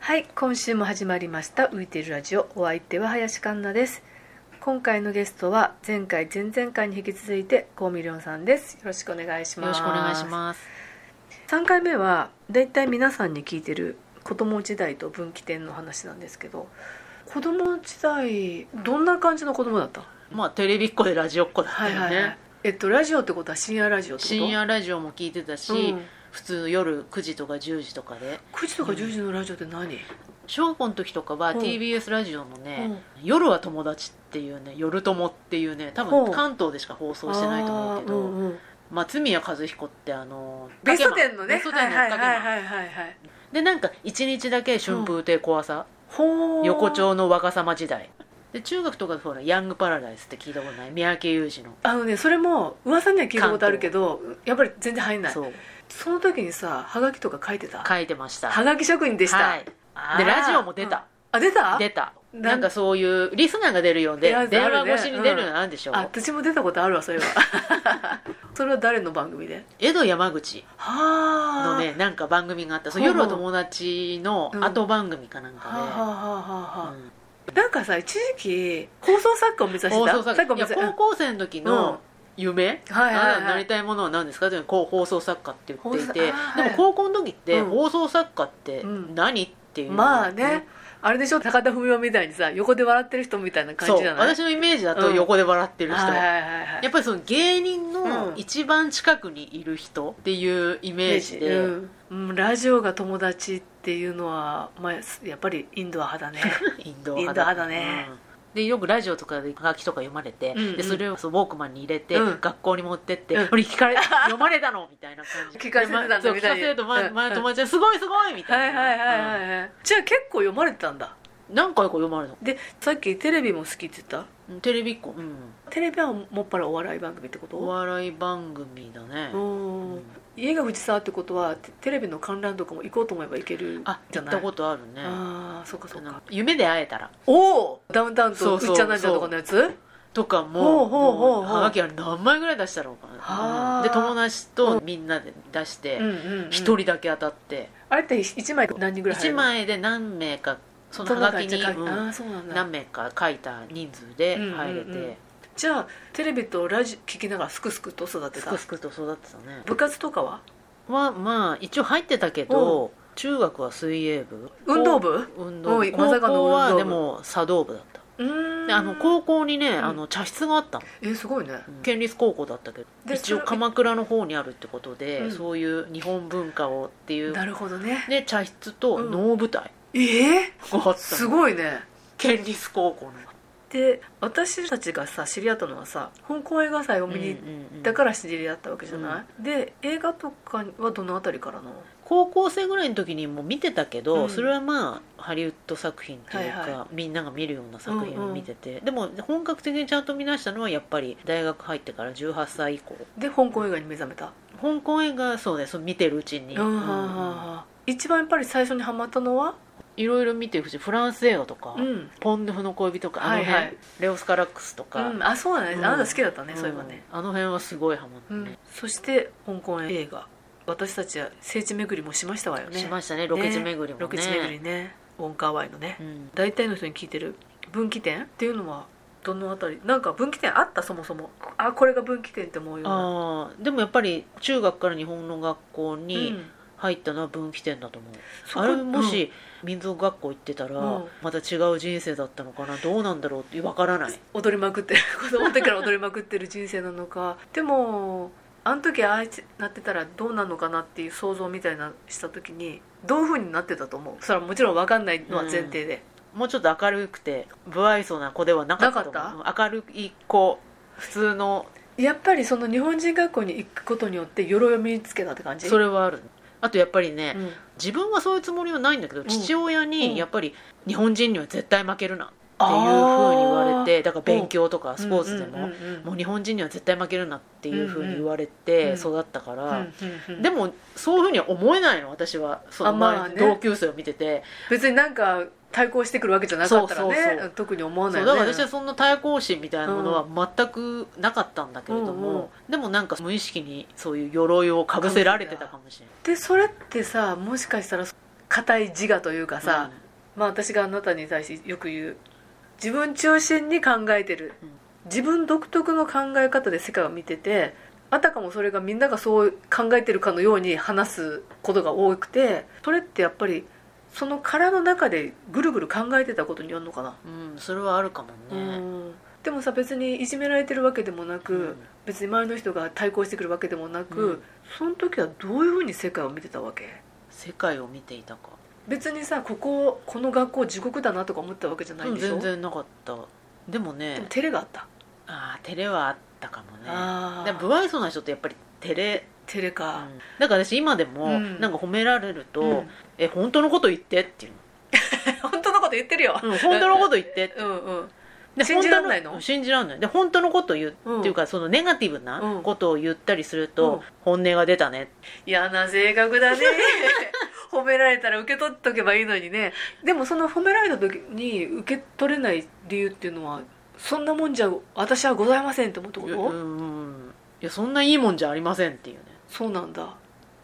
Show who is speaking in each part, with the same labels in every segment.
Speaker 1: はい今週も始まりました「浮いているラジオ」お相手は林環奈です今回のゲストは前回前々回に引き続いてコウミリョンさんですよろしくお願いし
Speaker 2: よ
Speaker 1: ま
Speaker 2: ろし
Speaker 1: す
Speaker 2: くお願いします。
Speaker 1: 3回目はだいたい皆さんに聞いてる子供時代と分岐点の話なんですけど子供時代どんな感じの子供だったの
Speaker 2: まあテレビっ子でラジオっ子だったよね。
Speaker 1: えっとラジオってことは深夜ラジオってこと
Speaker 2: 深夜ラジオも聞いてたし、
Speaker 1: うん
Speaker 2: 普通の夜9時とか10時とかで
Speaker 1: 9時とか10時のラジオって何、
Speaker 2: 小学校の時とかは
Speaker 1: うん
Speaker 2: TBS ラジオのね「夜は友達」っていうね「夜友」っていうね多
Speaker 1: ほう
Speaker 2: 分関東でしか放送してないと思うけど、
Speaker 1: あーんん
Speaker 2: 松宮和彦ってあの
Speaker 1: ベストテンのね
Speaker 2: ベストテンの追っかけマン
Speaker 1: はいはいはいはいはい
Speaker 2: でなんか1日だけ春風亭小朝、
Speaker 1: ほー
Speaker 2: 横丁の若様時代で中学とかでほら「ヤングパラダイス」って聞いたことない三宅裕二の
Speaker 1: あのねそれも噂には聞いたことあるけどやっぱり全然入んないそ
Speaker 2: そう
Speaker 1: の時にさはがきとか書いてた
Speaker 2: 書いてました
Speaker 1: はがき職人でした、
Speaker 2: はい、でラジオも出た、
Speaker 1: うんあ出た
Speaker 2: 出た
Speaker 1: なん
Speaker 2: なんかそういうリスナーが出るようで
Speaker 1: やつあるね
Speaker 2: 電話越しに出るのなんでしょう、
Speaker 1: あ私も出たことあるわそれは それは誰の番組で
Speaker 2: 江戸山口
Speaker 1: は
Speaker 2: の
Speaker 1: あ
Speaker 2: ねなんか番組があったそう
Speaker 1: ほうほう
Speaker 2: 夜は友達の後番組かなん
Speaker 1: はあは
Speaker 2: か
Speaker 1: あはあは
Speaker 2: で、
Speaker 1: あ、なんかさ一時期放送作家を目指して
Speaker 2: うん
Speaker 1: た
Speaker 2: 放送
Speaker 1: 作家
Speaker 2: 作
Speaker 1: を
Speaker 2: 家い
Speaker 1: 目
Speaker 2: や
Speaker 1: 指して
Speaker 2: 高校生の時の夢、
Speaker 1: うんはいはいはい
Speaker 2: あなたのなりたいものは何ですかっていうのにこう放送作家って言っていて
Speaker 1: 放送あー
Speaker 2: で
Speaker 1: は
Speaker 2: も
Speaker 1: い
Speaker 2: 高校の時って
Speaker 1: うん
Speaker 2: 放送作家って
Speaker 1: うん
Speaker 2: 何、っていうのが
Speaker 1: まあねあれでしょ高田文夫みたいにさ横で笑ってる人みたいな感
Speaker 2: そ
Speaker 1: じ
Speaker 2: う
Speaker 1: じゃない
Speaker 2: 私のイメージだと横で笑ってる人、
Speaker 1: はいはいはいはい
Speaker 2: やっぱりその芸人の
Speaker 1: うん
Speaker 2: 一番近くにいる人っていうイメージで、
Speaker 1: うんうんラジオが友達っていうのは、まあ、やっぱりインドア派だ ね
Speaker 2: インド
Speaker 1: インド
Speaker 2: 派
Speaker 1: 派
Speaker 2: だ
Speaker 1: だね
Speaker 2: うんでよくラジオとかで楽器とか読まれて、
Speaker 1: うんうん
Speaker 2: でそれをそうウォークマンに入れて、
Speaker 1: うん
Speaker 2: 学校に持ってって、
Speaker 1: うん
Speaker 2: 俺聞かれ読まれたのみたいな感じ
Speaker 1: 聞かせてたんだ
Speaker 2: でまそう
Speaker 1: み
Speaker 2: 聞
Speaker 1: た
Speaker 2: か
Speaker 1: い
Speaker 2: せ
Speaker 1: に
Speaker 2: ると前,、
Speaker 1: うん
Speaker 2: 前の友 達は「すごいすごい」み
Speaker 1: は
Speaker 2: た
Speaker 1: い
Speaker 2: いな、
Speaker 1: はいはい
Speaker 2: い、
Speaker 1: はい、じゃあ結構読まれてたんだ
Speaker 2: 何回か読まれた
Speaker 1: でさっきテレビも好きって言った
Speaker 2: うんテレビっ子、うん、
Speaker 1: テレビはもっぱらお笑い番組ってこ
Speaker 2: お
Speaker 1: と
Speaker 2: 笑い番組だね、
Speaker 1: うん
Speaker 2: うん
Speaker 1: 家が藤沢ってことはテテレビの観覧とかも行こうと思えば行ける
Speaker 2: あ
Speaker 1: じ
Speaker 2: 行
Speaker 1: ゃ
Speaker 2: っ
Speaker 1: ない
Speaker 2: たことあるね
Speaker 1: ああそうかそう
Speaker 2: なん
Speaker 1: か
Speaker 2: か夢で会えたら
Speaker 1: おおダウンタウン
Speaker 2: そ
Speaker 1: と
Speaker 2: う
Speaker 1: う
Speaker 2: そう
Speaker 1: っちゃんなんちゃんとかのやつ
Speaker 2: とかも
Speaker 1: ほうほうほうほう
Speaker 2: もはがきは何枚ぐらい出したろうかな、
Speaker 1: はあ
Speaker 2: うんで友達とみんなで出して
Speaker 1: うんうんうん
Speaker 2: 一、人だけ当たって、
Speaker 1: あれって一枚何人ぐらい入
Speaker 2: 一
Speaker 1: る
Speaker 2: 枚で何名かその
Speaker 1: その
Speaker 2: は
Speaker 1: 中
Speaker 2: がき
Speaker 1: に
Speaker 2: に、
Speaker 1: あ
Speaker 2: うん
Speaker 1: あーそうなんだ
Speaker 2: 何名か書いた人数で入れ
Speaker 1: うん
Speaker 2: て、
Speaker 1: うんうんじゃあテレビとラジオ聞きながらすくすくと育て
Speaker 2: す
Speaker 1: た
Speaker 2: くすくと育ってたね
Speaker 1: 部活とかは
Speaker 2: はまあ一応入ってたけど中学は水泳部
Speaker 1: 運動部
Speaker 2: こう運動
Speaker 1: お
Speaker 2: 部
Speaker 1: いまさか
Speaker 2: 高
Speaker 1: の
Speaker 2: 校
Speaker 1: 運
Speaker 2: は
Speaker 1: 動部
Speaker 2: でも茶道部だった
Speaker 1: うーん
Speaker 2: であの高校にね、
Speaker 1: ん
Speaker 2: あの茶室があったの
Speaker 1: えすごいね
Speaker 2: 県立高校だったけど
Speaker 1: で
Speaker 2: 一応
Speaker 1: それ
Speaker 2: 鎌倉の方にあるってことで、
Speaker 1: うん
Speaker 2: そういう日本文化をっていう
Speaker 1: なるほどね
Speaker 2: で茶室と能舞台
Speaker 1: ええ
Speaker 2: があったの
Speaker 1: すごいね
Speaker 2: 県立高校の
Speaker 1: で私たちがさ知り合ったのはさ香港映画祭を見に行ったから知り合ったわけじゃない、で映画とかはどのあたりからの
Speaker 2: 高校生ぐらいの時にもう見てたけど、
Speaker 1: うん
Speaker 2: それはまあハリウッド作品というか、
Speaker 1: はい
Speaker 2: みんなが見るような作品を見てて、でも本格的にちゃんと見出したのはやっぱり大学入ってから18歳以降
Speaker 1: で香港映画に目覚めた、
Speaker 2: 香港映画そうねそう見てるうちに、
Speaker 1: うん
Speaker 2: うん
Speaker 1: 一番やっぱり最初にハマったのはい
Speaker 2: ろいろ見てるしフランス映画とか、
Speaker 1: うん、
Speaker 2: ポンドゥフの恋人とかあの辺、
Speaker 1: はいはい
Speaker 2: レオスカラックスとか、
Speaker 1: うん、あそうだね、
Speaker 2: うん
Speaker 1: あなた好きだったね、そういえばね
Speaker 2: うんあの辺はすごいハマって
Speaker 1: う
Speaker 2: ね、
Speaker 1: ん、そして香港映画私たちは聖地巡りもしましたわよね
Speaker 2: しましたねロケ地巡りもね
Speaker 1: ロケ地巡りねウォンカーワイのね、
Speaker 2: うん
Speaker 1: 大体の人に聞いてる分岐点っていうのはどのあたりなんか分岐点あったそもそもあこれが分岐点って思うような
Speaker 2: あーでもやっぱり中学から日本の学校
Speaker 1: う
Speaker 2: に
Speaker 1: ん
Speaker 2: 入ったのは分岐点だと思う、
Speaker 1: そこ
Speaker 2: あれもし民族学校行ってたら、
Speaker 1: うん
Speaker 2: また違う人生だったのかなどうなんだろうってわからない
Speaker 1: うん踊りまくってる 子供の時から踊りまくってる人生なのかでもあの時ああなってたらどうなのかなっていう想像みたいなした時にどういうふうになってたと思うそれはもちろん分かんないのは前提で、
Speaker 2: もうちょっと明るくて不愛想な子ではなかったと思う
Speaker 1: な
Speaker 2: 明るい子普通の
Speaker 1: やっぱりその日本人学校に行くことによって鎧を身につけたって感じ
Speaker 2: それはあるあとやっぱりね、
Speaker 1: うん
Speaker 2: 自分はそういうつもりはないんだけど、
Speaker 1: ん
Speaker 2: 父親
Speaker 1: うん
Speaker 2: にやっぱり日本人には絶対負けるなっていうふうに
Speaker 1: あー
Speaker 2: 言われてだから勉強とかスポーツでも、
Speaker 1: うんうんうん
Speaker 2: もう日本人には絶対負けるなっていうふうに言わ
Speaker 1: う
Speaker 2: れ
Speaker 1: んう
Speaker 2: て
Speaker 1: ん
Speaker 2: 育ったから、
Speaker 1: うんうん
Speaker 2: でもそういうふうには思えないの私はその
Speaker 1: あまあ
Speaker 2: 周
Speaker 1: ね
Speaker 2: りの同級生を見てて、
Speaker 1: 別になんか対抗してくるわけじゃなかったらね
Speaker 2: そうそうそう
Speaker 1: 特に思わな
Speaker 2: そ
Speaker 1: いうよ
Speaker 2: だ
Speaker 1: ね
Speaker 2: から私はそんな対抗心みたいなものは全くなかったんだけれども、
Speaker 1: うんうん
Speaker 2: でもなんか無意識にそういう鎧をかぶせられてたかもしれない
Speaker 1: でそれってさもしかしたら固い自我というかさ、まあ私があなたに対してよく言う自分中心に考えてる、
Speaker 2: うん
Speaker 1: 自分独特の考え方で世界を見ててあたかもそれがみんながそう考えてるかのように話すことが多くてそれってやっぱりその殻の中でぐるぐる考えてたことによるのかな、
Speaker 2: うん、うん、それはあるかも
Speaker 1: う
Speaker 2: ね、
Speaker 1: んでもさ別にいじめられてるわけでもなく、
Speaker 2: うん
Speaker 1: 別に周りの人が対抗してくるわけでもなく、
Speaker 2: うん
Speaker 1: その時はどういうふうに世界を見てたわけ
Speaker 2: 世界を見ていたか、
Speaker 1: 別にさこここの学校地獄だなとか思ったわけじゃない
Speaker 2: うんん
Speaker 1: でしょ、
Speaker 2: 全然なかったでもね
Speaker 1: でも照れがあった、
Speaker 2: ああ照れはあったかもね
Speaker 1: あ
Speaker 2: で
Speaker 1: あ
Speaker 2: 不愛想な人ってやっぱり照れ、
Speaker 1: 照れ
Speaker 2: う
Speaker 1: か、
Speaker 2: んだから私今でも、
Speaker 1: うん
Speaker 2: なんか褒められると「
Speaker 1: うん
Speaker 2: え本当のこと言って」っていう
Speaker 1: 本当のこと言ってるよ、
Speaker 2: の、うん、本当のこと言ってって
Speaker 1: うんうん
Speaker 2: で
Speaker 1: 信じらんないの
Speaker 2: 本当信じらんないで本当のこと言う、
Speaker 1: うん
Speaker 2: っていうかそのネガティブ
Speaker 1: う
Speaker 2: なんことを言ったりする
Speaker 1: う
Speaker 2: と、
Speaker 1: ん
Speaker 2: 本音が出たね
Speaker 1: 嫌な性格だね 褒められたら受け取っとけばいいのにねでもその褒められた時に受け取れない理由っていうのはそんなもんじゃ私はございませんって思ったこ
Speaker 2: う
Speaker 1: と、
Speaker 2: んいやそんないいもんじゃありませんっていうね
Speaker 1: そうなんだ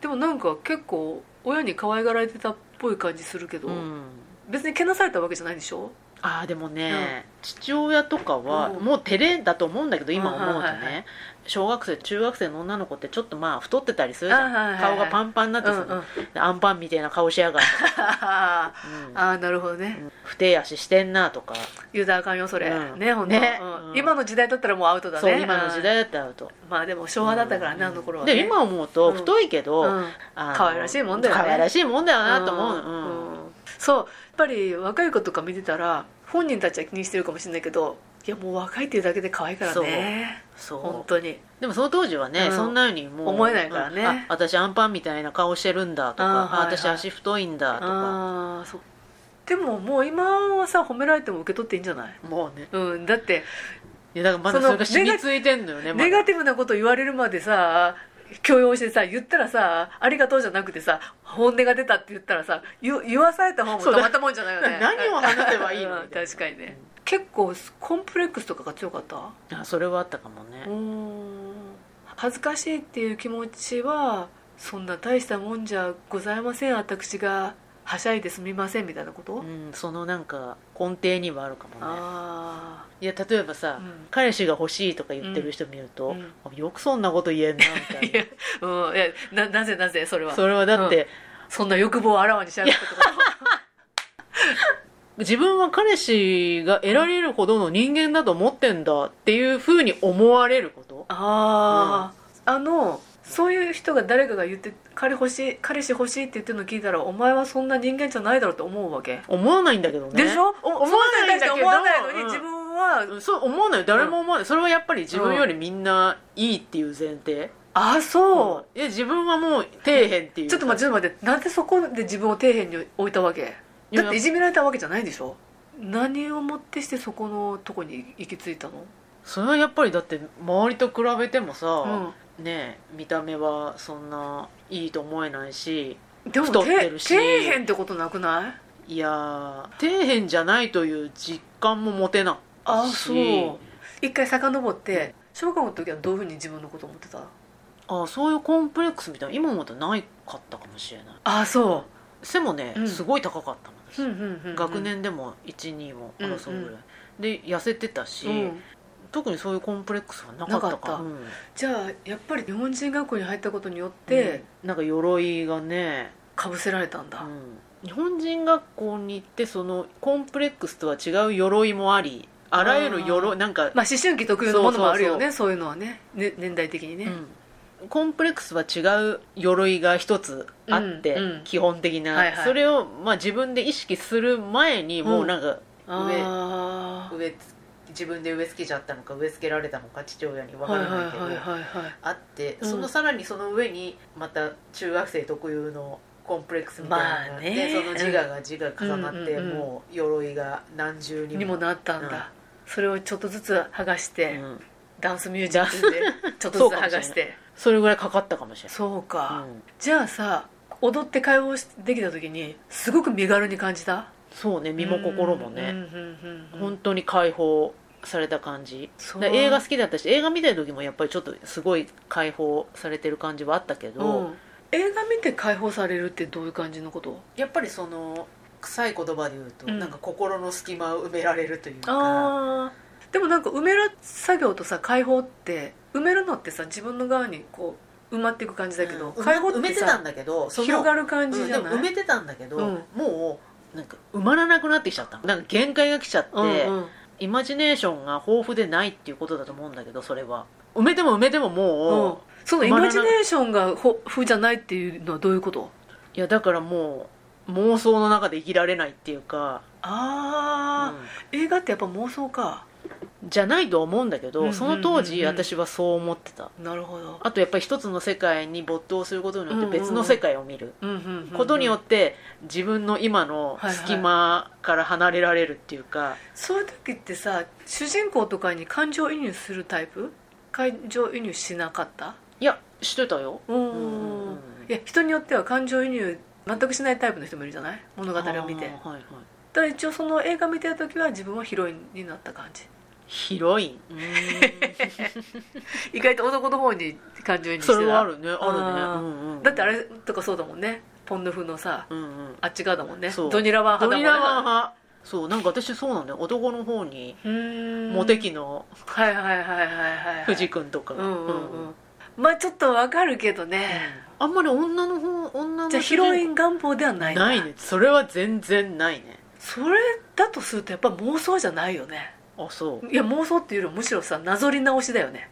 Speaker 1: でもなんか結構親に可愛がられてたっぽい感じするけど、
Speaker 2: うん
Speaker 1: 別にけなされたわけじゃないでしょ
Speaker 2: ああでもね、父親とかは、
Speaker 1: うん
Speaker 2: もう照れだと思うんだけど今思う
Speaker 1: う
Speaker 2: とね、
Speaker 1: んはいはいは
Speaker 2: 小学生中学生の女の子ってちょっとまあ太ってたりするじ
Speaker 1: あ
Speaker 2: ゃん、
Speaker 1: はいはい
Speaker 2: 顔がパンパンになってさ、
Speaker 1: うんうん
Speaker 2: アンパンみたいな顔しやがって、
Speaker 1: あ
Speaker 2: う ん
Speaker 1: あなるほどね、
Speaker 2: うん不手足してんなとか、
Speaker 1: ユーザーあかんよそれ、
Speaker 2: うん
Speaker 1: ね本当、
Speaker 2: ね
Speaker 1: うん
Speaker 2: うん
Speaker 1: 今の時代だったらもうアウトだね
Speaker 2: そう今の時代だったらと
Speaker 1: うんまあでも昭和だったからね、あの頃は、ね、
Speaker 2: で今思うと
Speaker 1: うん
Speaker 2: 太いけど、
Speaker 1: うん
Speaker 2: あの
Speaker 1: 可愛らしいもんだよね
Speaker 2: 可愛らしいもんだよなと思う、
Speaker 1: う
Speaker 2: うん
Speaker 1: んそうやっぱり若い子とか見てたら本人たちは気にしてるかもしれないけどいやもう若いっていうだけで可愛いからね本
Speaker 2: そう
Speaker 1: 当に
Speaker 2: でもその当時はね、
Speaker 1: うん
Speaker 2: そんなようにもう
Speaker 1: 思えないからね
Speaker 2: うんあ私アンパンみたいな顔してるんだとか、
Speaker 1: あーはいはい
Speaker 2: あ私足太いんだとか
Speaker 1: ああーそうでももう今はさ褒められても受け取っていいんじゃない
Speaker 2: もうね
Speaker 1: うんだって
Speaker 2: いやだからまだ
Speaker 1: その
Speaker 2: それが染みついてんのよねま
Speaker 1: ネ
Speaker 2: だ
Speaker 1: ガティブなこと言われるまでさ強要してさ言ったらさありがとうじゃなくてさ本音が出たって言ったらさ言言わされた方も
Speaker 2: そう
Speaker 1: た
Speaker 2: だ
Speaker 1: まったもんじゃないよね
Speaker 2: 何を話せばいいの
Speaker 1: うん確かにね結構コンプレックスとかが強かった
Speaker 2: あそれはあったかもね、
Speaker 1: うーん恥ずかしいっていう気持ちはそんな大したもんじゃございません私がはしゃいですみませんみたいなこと、
Speaker 2: うん、そのなんか根底にはあるかもね
Speaker 1: あ
Speaker 2: いや例えばさ、
Speaker 1: うん
Speaker 2: 彼氏が欲しいとか言ってる人見ると、
Speaker 1: うん
Speaker 2: あよくそんなこと言えんなみ た
Speaker 1: あい
Speaker 2: い
Speaker 1: や,、うん、いやななぜなぜそれ
Speaker 2: な
Speaker 1: は
Speaker 2: それはだって、
Speaker 1: そんな欲望をあらわにしちゃうってこと
Speaker 2: 自分は彼氏が得られるほどの人間だと思ってんだっていうふうに思われること
Speaker 1: ああ、あのそういう人が誰かが言って彼欲しい彼氏欲しいって言ってるの聞いたらお前はそんな人間じゃないだろうと思うわけ、
Speaker 2: 思わないんだけどね
Speaker 1: でしょ
Speaker 2: 思
Speaker 1: 思わ
Speaker 2: わな
Speaker 1: ないい
Speaker 2: んだけど
Speaker 1: 思わないのに、
Speaker 2: うん
Speaker 1: 自分は
Speaker 2: うんそう思わない誰も思わない、それはやっぱり自分よりみんないいっていう前提、
Speaker 1: あそう、
Speaker 2: いや自分はもう底辺っていう
Speaker 1: ちょっと待ってちょっと待ってなんでそこで自分を底辺に置いたわけ
Speaker 2: いや
Speaker 1: だっていじめられたわけじゃないでしょ何をもってしてそこのとこに行き着いたの
Speaker 2: それはやっぱりだって周りと比べてもさ、
Speaker 1: う
Speaker 2: ねえ見た目はそんないいと思えないし
Speaker 1: んでも
Speaker 2: 太って
Speaker 1: て底
Speaker 2: るし
Speaker 1: 辺ってことなくない
Speaker 2: いやー底辺じゃないという実感も持てない
Speaker 1: あ
Speaker 2: し
Speaker 1: そう一回遡って小学校の時はどういうふうに自分のこと思ってた
Speaker 2: あそういうコンプレックスみたいな今思うとないかったかもしれない
Speaker 1: あそ
Speaker 2: 背もね、
Speaker 1: うん
Speaker 2: すごい高かったの
Speaker 1: う、うんうんうんうん、
Speaker 2: 学年でも12も争う
Speaker 1: う
Speaker 2: ぐらい、
Speaker 1: んう
Speaker 2: で痩せてたし、
Speaker 1: うん
Speaker 2: 特にそういうコンプレックスはなかったか
Speaker 1: なかった
Speaker 2: うん
Speaker 1: じゃあやっぱり日本人学校に入ったことによって
Speaker 2: うんなんか鎧がね、
Speaker 1: かぶせられたんだ、
Speaker 2: うん日本人学校に行ってそのコンプレックスとは違う鎧もありあらゆる
Speaker 1: あ
Speaker 2: 鎧
Speaker 1: ー
Speaker 2: なんか、
Speaker 1: まあ思春期特有のものもあるよねそういうのはねね年代的にね、
Speaker 2: うんコンプレックスは違う鎧が一つあって、
Speaker 1: うんうん
Speaker 2: 基本的な、
Speaker 1: はいはい
Speaker 2: それを、まあ、自分で意識する前にもうなんか、
Speaker 1: ああ
Speaker 2: 上つ自分で植え付けちゃったのか植え付けられたのか父親に分か
Speaker 1: はい
Speaker 2: ら
Speaker 1: はい
Speaker 2: ないけど、
Speaker 1: はいはいはい
Speaker 2: あって、
Speaker 1: うん
Speaker 2: そのさらにその上にまた中学生特有のコンプレックスみたいなのがあっ
Speaker 1: ま
Speaker 2: て、
Speaker 1: あね
Speaker 2: その自我が自我重なって、
Speaker 1: うんうんうん
Speaker 2: もう鎧が何重にも
Speaker 1: にもなったんだ、それをちょっとずつ剥がして、
Speaker 2: うん
Speaker 1: ダンスミュージッ クでちょっとずつ剥がして
Speaker 2: それぐらいかかったかもしれない
Speaker 1: そうか、
Speaker 2: うん
Speaker 1: じゃあさ踊って会話をしできた時にすごく身軽に感じた
Speaker 2: そうね身も心もね、
Speaker 1: うんうんうんうん
Speaker 2: 本当に解放された感じ
Speaker 1: そう
Speaker 2: だから映画好きだったし映画見てる時もやっぱりちょっとすごい解放されてる感じはあったけど、
Speaker 1: うん映画見て解放されるってどういう感じのこと
Speaker 2: やっぱりその臭い言葉で言うと、
Speaker 1: うん
Speaker 2: なんか心の隙間を埋められるというか
Speaker 1: あーでもなんか埋める作業とさ解放って埋めるのってさ自分の側にこう埋まっていく感じだけど、
Speaker 2: うん埋
Speaker 1: 解放
Speaker 2: め埋
Speaker 1: って
Speaker 2: めてた
Speaker 1: さ
Speaker 2: んだけどその
Speaker 1: 広がる感じじゃない、
Speaker 2: うんでも埋めてたんだけど、
Speaker 1: うん
Speaker 2: もうなんか埋まらなくなってきちゃったなんか限界が来ちゃって、
Speaker 1: うんうん
Speaker 2: イマジネーションが豊富でないっていうことだと思うんだけどそれは埋めても埋めてもも
Speaker 1: う
Speaker 2: う、
Speaker 1: んそのイマジネーションがほ風じゃないっていうのはどういうこと
Speaker 2: いやだからもう妄想の中で生きられないっていうか、
Speaker 1: あー、映画ってやっぱ妄想か
Speaker 2: うんじゃないと思うんだけ
Speaker 1: うん
Speaker 2: ど、
Speaker 1: うんうんうん
Speaker 2: その当時私はそう思ってた
Speaker 1: なるほど、
Speaker 2: あとやっぱり一つの世界に没頭することによっ
Speaker 1: うんう
Speaker 2: て
Speaker 1: んうん
Speaker 2: 別の世界を見る
Speaker 1: うんうんうんうん
Speaker 2: ことによって自分の今の隙間から離れられるっていうか、
Speaker 1: そういう時ってさ主人公とかに感情移入するタイプ感情移入しなかった
Speaker 2: い、やしてたよ
Speaker 1: うん
Speaker 2: うんうん
Speaker 1: いや人によっては感情移入全くしないタイプの人もいるじゃない物語を見て
Speaker 2: あ
Speaker 1: だか
Speaker 2: ーはいはい
Speaker 1: ら一応その映画見てる時は自分はヒロインになった感じ
Speaker 2: ヒロインうーん
Speaker 1: 意外と男の方に感情移入してた
Speaker 2: それはあるねあ
Speaker 1: あー
Speaker 2: るね、うんうん
Speaker 1: だってあれとかそうだもんねポンヌ風のさ
Speaker 2: うんうん
Speaker 1: あっち側だもんね
Speaker 2: そう
Speaker 1: ドニラワン
Speaker 2: ド
Speaker 1: 派
Speaker 2: ニ
Speaker 1: だ
Speaker 2: ラ
Speaker 1: もんね
Speaker 2: マン派そうなんか私そうなんだよ男の方に
Speaker 1: うーん
Speaker 2: モテ期の
Speaker 1: はいはいはいはいはいはい
Speaker 2: 藤君とか、
Speaker 1: うんうん
Speaker 2: う
Speaker 1: う
Speaker 2: んうん
Speaker 1: んまあちょっとわかるけどね、
Speaker 2: あんまり女の方女の
Speaker 1: じゃあヒロイン願望ではないんだ
Speaker 2: ないねそれは全然ないね
Speaker 1: それだとするとやっぱ妄想じゃないよね
Speaker 2: あそう
Speaker 1: いや妄想っていうよりむしろさなぞり直しだよ ね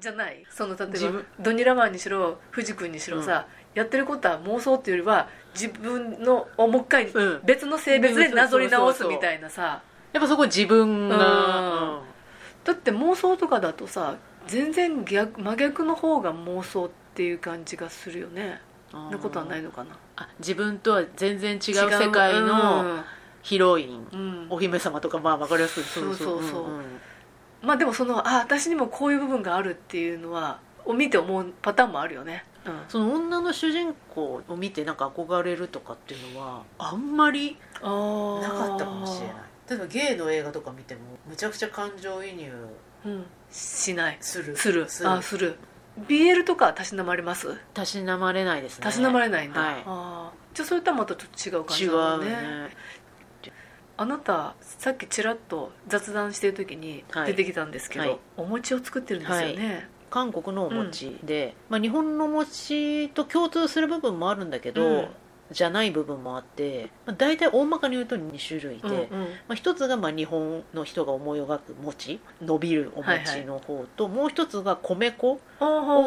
Speaker 1: じゃないその例
Speaker 2: 自
Speaker 1: えば
Speaker 2: 分
Speaker 1: ドニラマンにしろ藤君にしろさ、やってることは妄想っていうよりは自分のをもう一回
Speaker 2: うん
Speaker 1: 別の性別でなぞり直す
Speaker 2: そうそうそうそう
Speaker 1: みたいなさ
Speaker 2: やっぱそこ自分
Speaker 1: うん
Speaker 2: が、うん
Speaker 1: だって妄想とかだとさ全然逆真逆の方が妄想っていう感じがするよね
Speaker 2: あー
Speaker 1: なことはないのかな
Speaker 2: あ自分とは全然違う世界のヒロイン、
Speaker 1: うんうん
Speaker 2: お姫様とかまあ分かりやすいそうそう
Speaker 1: そうそうそうん
Speaker 2: ん
Speaker 1: まあでもそのあ私にもこういう部分があるっていうのはを見て思うパターンもあるよね、うん、
Speaker 2: その女の主人公を見てなんか憧れるとかっていうのはあんまり
Speaker 1: あ
Speaker 2: なかったかもしれない例えばゲイの映画とか見てもむちゃくちゃ感情移入
Speaker 1: い、うん、しない
Speaker 2: する
Speaker 1: するあする BL とかはたしなまれます
Speaker 2: たしなまれないですね
Speaker 1: たしなまれないんだ、
Speaker 2: はい
Speaker 1: あーじゃあそれとはまたちょっと違
Speaker 2: 違
Speaker 1: う感
Speaker 2: う
Speaker 1: じだもんね
Speaker 2: ね
Speaker 1: あなたさっきちらっと雑談してる時に
Speaker 2: はい
Speaker 1: 出てきたんですけど、
Speaker 2: はい
Speaker 1: お餅を作ってるんですよね、
Speaker 2: 韓国のお餅で、まあ、日本のお餅と共通する部分もあるんだけど、
Speaker 1: うん
Speaker 2: じゃない部分もあって、まあ、大体大まかに言うと2種類で、
Speaker 1: うんうん
Speaker 2: まあ、一つがまあ日本の人が思い描く餅伸びるお餅の方と、もう一つが米粉
Speaker 1: を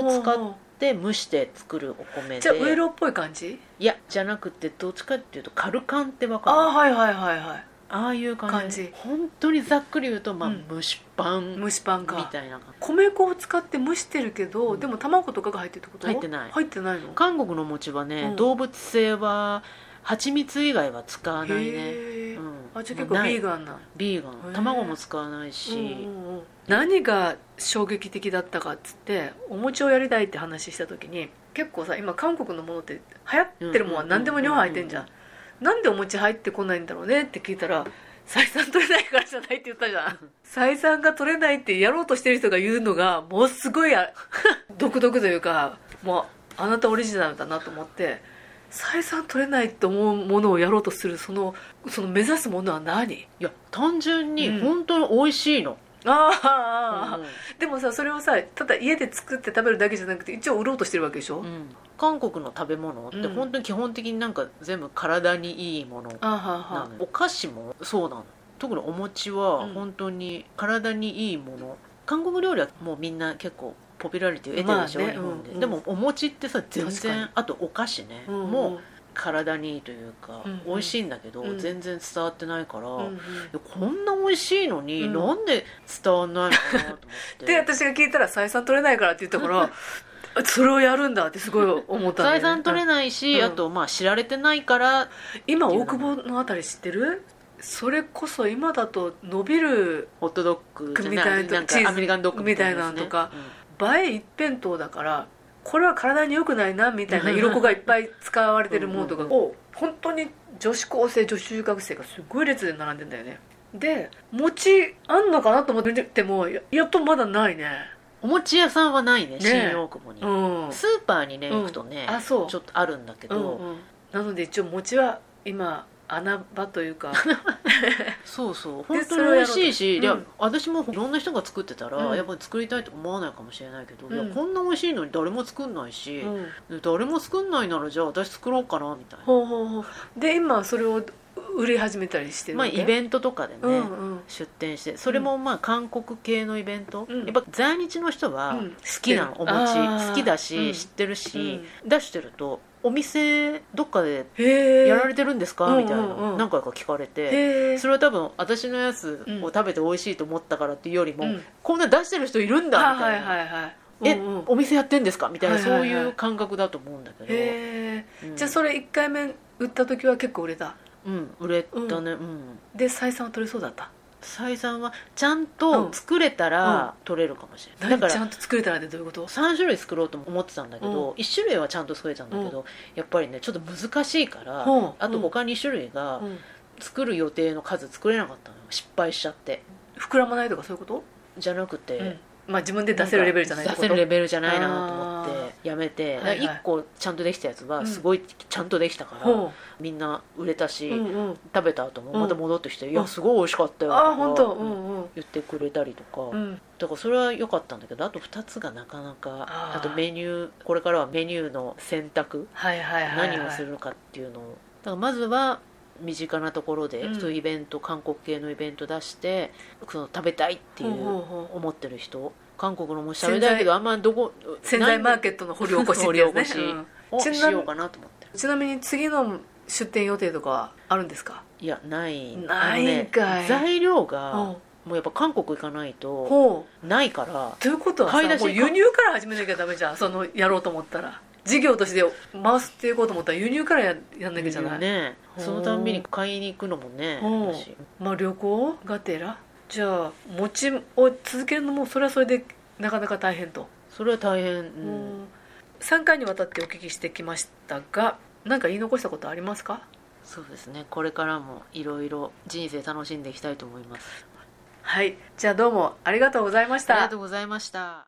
Speaker 2: を使で蒸して作るお米で
Speaker 1: じゃあウエロっぽい感じ
Speaker 2: いやじゃなくてどっちかっていうとカルカンってわか
Speaker 1: あ
Speaker 2: る
Speaker 1: あはいはいはいは
Speaker 2: ああいう感じ
Speaker 1: 感じ
Speaker 2: 本当にざっくり言うと、まあ
Speaker 1: うん
Speaker 2: 蒸しパ
Speaker 1: い
Speaker 2: ンみ
Speaker 1: 蒸しパンか
Speaker 2: たいな感
Speaker 1: 米粉を使って蒸してるけど、
Speaker 2: うん
Speaker 1: でも卵とかが入ってるってこと
Speaker 2: 入ってない
Speaker 1: 入ってないの
Speaker 2: じ韓国の餅はね、
Speaker 1: うん
Speaker 2: 動物性は蜂蜜以外は使わないね、
Speaker 1: へえ、
Speaker 2: うん
Speaker 1: あじゃあ結構
Speaker 2: ない
Speaker 1: ビーガンな
Speaker 2: ビーガ
Speaker 1: へー
Speaker 2: ン卵も使わないし、
Speaker 1: うんうんうん何が衝撃的だったかっつってお餅をやりたいって話した時に結構さ今韓国のものって流行ってるもんは何でも日本入ってんじゃん,、
Speaker 2: うん
Speaker 1: なんでお餅入ってこないんだろうねって聞いたら採算取れないからじゃないって言ったじゃん採算が取れないってやろうとしてる人が言うのがもうすごいあ 独特というかもうあなたオリジナルだなと思って採算取れないと思うものをやろうとするそのその目指すものは何
Speaker 2: いや単純
Speaker 1: う
Speaker 2: に
Speaker 1: ん
Speaker 2: 本当に美味しいの、
Speaker 1: あ
Speaker 2: うん
Speaker 1: あ、でもさそれをさただ家で作って食べるだけじゃなくて一応売ろうとしてるわけでしょ、
Speaker 2: うん韓国の食べ物って
Speaker 1: うん
Speaker 2: 本当に基本的になんか全部体にいいもの
Speaker 1: あはは
Speaker 2: なのお菓子もそうなの特にお餅は
Speaker 1: うん
Speaker 2: 本当に体にいいもの、韓国料理はもうみんな結構ポピュラリティを得てるでしょ、
Speaker 1: まあね
Speaker 2: 日本で、
Speaker 1: うん
Speaker 2: でもお餅ってさ全
Speaker 1: 確かに
Speaker 2: 然あとお菓子ね、
Speaker 1: うん
Speaker 2: もう体にいいというか、
Speaker 1: うん
Speaker 2: 美味しいんだけど、
Speaker 1: うん
Speaker 2: 全然伝わってないから、
Speaker 1: うんうん
Speaker 2: こんな美味しいのに、
Speaker 1: うん
Speaker 2: なんで伝わんないのかなと思っ て
Speaker 1: で私が聞いたら採算取れないからって言ったから それをやるんだってすごい思ったんだよね
Speaker 2: 財産取れないし、
Speaker 1: うん
Speaker 2: あとまあ知られてないから
Speaker 1: 今大久保のあたり知ってるそれこそ今だと伸びる
Speaker 2: ホットドッグじゃ
Speaker 1: みたいな
Speaker 2: なん
Speaker 1: チーズ
Speaker 2: かアメリカンドッグみたいなやつね
Speaker 1: みたいなのとか映え一辺倒だからこれは体に良くないなみたいな色子がいっぱい使われてるものとかを本当に女子高生女子中学生がすごい列で並んでんだよねで餅あんのかなと思って見てもややっとまだないね
Speaker 2: うお餅屋さんはないね
Speaker 1: ね
Speaker 2: 新大久保に、
Speaker 1: うん
Speaker 2: スーパーにね行くとね、
Speaker 1: あそう
Speaker 2: ちょっとあるんだけど、
Speaker 1: うんうんなので一応餅は今穴場と いうか
Speaker 2: そうそう
Speaker 1: で
Speaker 2: 本当に美味しいし、
Speaker 1: そ
Speaker 2: い
Speaker 1: れを
Speaker 2: や
Speaker 1: やろうと
Speaker 2: 私もいろんな人が作ってたら、
Speaker 1: うん
Speaker 2: やっぱり作りたいと思わないかもしれないけど、
Speaker 1: うん
Speaker 2: いやこんな美味しいのに誰も作んないし、
Speaker 1: うん
Speaker 2: 誰も作んないならじゃあ私作ろうかなみたいな、
Speaker 1: ほうほうほうで今それを売り始めたりしてる
Speaker 2: まあ
Speaker 1: わけ
Speaker 2: イベントとかでね、
Speaker 1: うんうん
Speaker 2: 出店してそれもまあ韓国系のイベント、
Speaker 1: うん
Speaker 2: やっぱ在日の人は
Speaker 1: うん
Speaker 2: 好きなの、
Speaker 1: 知っ
Speaker 2: お
Speaker 1: てるあー
Speaker 2: 餅好きだし、
Speaker 1: うん
Speaker 2: 知ってるし、出してるとお店どっかで
Speaker 1: へえ
Speaker 2: やられてるんですか、
Speaker 1: うん
Speaker 2: みたいな、
Speaker 1: うんうん
Speaker 2: 何回か聞かれて、
Speaker 1: へえ
Speaker 2: それは多分私のやつ
Speaker 1: うん
Speaker 2: を食べて美味しいと思ったからっていうよりも、
Speaker 1: うん
Speaker 2: こんな出してる人いるんだみ
Speaker 1: は
Speaker 2: たい
Speaker 1: い
Speaker 2: な、
Speaker 1: はいはい
Speaker 2: え、
Speaker 1: うんうん
Speaker 2: お店やってんですかみたいな、
Speaker 1: はいはいはい
Speaker 2: そういう感覚だと思うんだけど、
Speaker 1: へえ
Speaker 2: うん
Speaker 1: じゃあそれ1回目売った時は結構売れた
Speaker 2: うん売れたねうん
Speaker 1: で採算は取れそうだった
Speaker 2: 採算はちゃんと作れた
Speaker 1: うんうん
Speaker 2: ら取れるかもしれない、
Speaker 1: 何
Speaker 2: だか
Speaker 1: ちゃ
Speaker 2: ら
Speaker 1: んと作れたらでどういうこと
Speaker 2: 3種類作ろうと思ってたんだけど、1種類はちゃんと作れたんだけど、やっぱりねちょっと難しいから、
Speaker 1: うん
Speaker 2: あと
Speaker 1: うん
Speaker 2: 他2種類が
Speaker 1: うん
Speaker 2: 作る予定の数作れなかったのよ失敗しちゃって
Speaker 1: 膨らまないとかそういうこと
Speaker 2: じゃなくて、
Speaker 1: うんまあ自分で出せるレベルじゃないって
Speaker 2: 出
Speaker 1: こ
Speaker 2: せ
Speaker 1: と
Speaker 2: るレベルじゃないなと思ってやめて、
Speaker 1: はいはい
Speaker 2: 1個ちゃんとできたやつ
Speaker 1: う
Speaker 2: は
Speaker 1: ん
Speaker 2: すごいちゃんとできたから、
Speaker 1: ほ
Speaker 2: みんな売れた
Speaker 1: う
Speaker 2: し、
Speaker 1: うんうん
Speaker 2: 食べた後も
Speaker 1: うん
Speaker 2: また戻ってきて「いうや
Speaker 1: ん
Speaker 2: すごい美味しかったよ」と
Speaker 1: あ
Speaker 2: か
Speaker 1: あ本当う
Speaker 2: うん
Speaker 1: んうん
Speaker 2: 言ってくれたりとか、
Speaker 1: うん
Speaker 2: だからそれは良かったんだけどあと2つがなかなか
Speaker 1: あ
Speaker 2: あ
Speaker 1: ー
Speaker 2: とメニューこれからはメニューの選択
Speaker 1: はいはいはいはい
Speaker 2: 何をするのかっていうのをだからまずは身近なところで、
Speaker 1: うん
Speaker 2: そういうイベント韓国系のイベント出してその食べたいってい
Speaker 1: ほうほう
Speaker 2: う
Speaker 1: ほう
Speaker 2: 思ってる人韓国のも食べたいけどあんまどこ
Speaker 1: 潜在マー
Speaker 2: ッ
Speaker 1: ケットの掘り起こしってやつね
Speaker 2: 掘り起こし
Speaker 1: うん
Speaker 2: トをしようかなと思ってる
Speaker 1: ちなみに次の出店予定とかはあるんですか
Speaker 2: いやない
Speaker 1: ないんかい
Speaker 2: あのね材料
Speaker 1: う
Speaker 2: が、
Speaker 1: ん
Speaker 2: もうやっぱ韓国行かないと
Speaker 1: ほう
Speaker 2: ないから
Speaker 1: ということはさ
Speaker 2: 買い出し
Speaker 1: もう輸入から始めなきゃダメじゃんそのやろうと思ったら事業として回していこうと思ったら輸入からややんなきゃじゃない、
Speaker 2: ね
Speaker 1: ほう
Speaker 2: そのたんびに買いに行くのもね
Speaker 1: ほう
Speaker 2: 私
Speaker 1: まあ旅行がてらじゃあ持ちを続けるのもそれはそれでなかなか大変と、
Speaker 2: それは大変、う、
Speaker 1: うん3回にわたってお聞きしてきましたが何か言い残したことありますか
Speaker 2: そうですねこれからもいろいろ人生楽しんでいきたいと思います
Speaker 1: はいじゃあどうもありがとうございまし
Speaker 2: あり
Speaker 1: た
Speaker 2: がとうございました